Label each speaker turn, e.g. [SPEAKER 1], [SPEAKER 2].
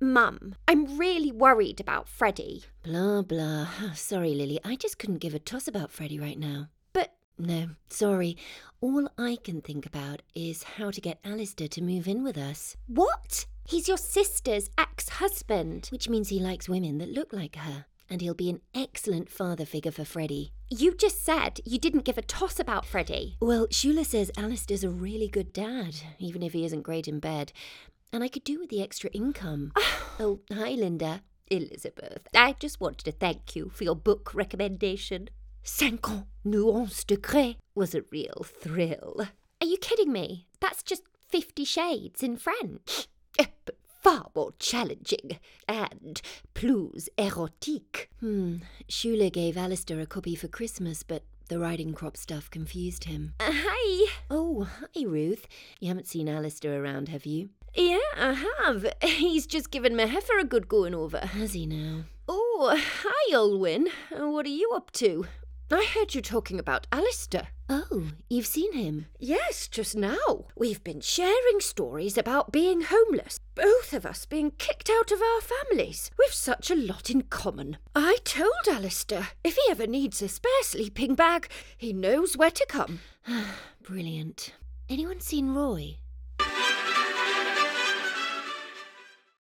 [SPEAKER 1] mum. I'm really worried about Freddie.
[SPEAKER 2] Blah, blah. Sorry, Lily. I just couldn't give a toss about Freddie right now.
[SPEAKER 1] But
[SPEAKER 2] No, sorry. All I can think about is how to get Alistair to move in with us,
[SPEAKER 1] what? He's your sister's ex husband.
[SPEAKER 2] which means he likes women that look like her. And he'll be an excellent father figure for Freddie.
[SPEAKER 1] You just said you didn't give a toss about Freddie.
[SPEAKER 2] Well, Shula says Alistair's a really good dad, even if he isn't great in bed. And I could do with the extra income. oh, hi, Linda.
[SPEAKER 1] Elizabeth, I just wanted to thank you for your book recommendation.
[SPEAKER 2] Cinq ans, nuance de grey.
[SPEAKER 1] Was a real thrill. Are you kidding me? That's just Fifty Shades in French. Eh, but far more challenging and plus erotique.
[SPEAKER 2] Hmm, Shula gave Alistair a copy for Christmas, but the riding crop stuff confused him.
[SPEAKER 1] Uh, hi.
[SPEAKER 2] Oh, hi, Ruth. You haven't seen Alistair around, have you?
[SPEAKER 1] Yeah, I have. He's just given my heifer a good going over.
[SPEAKER 2] Has he now?
[SPEAKER 1] Oh, hi, Olwyn. What are you up to? I heard you talking about Alistair.
[SPEAKER 2] Oh, you've seen him.
[SPEAKER 1] Yes, just now. We've been sharing stories about being homeless, both of us being kicked out of our families. We've such a lot in common. I told Alistair if he ever needs a spare sleeping bag, he knows where to come.
[SPEAKER 2] Brilliant. Anyone seen Roy?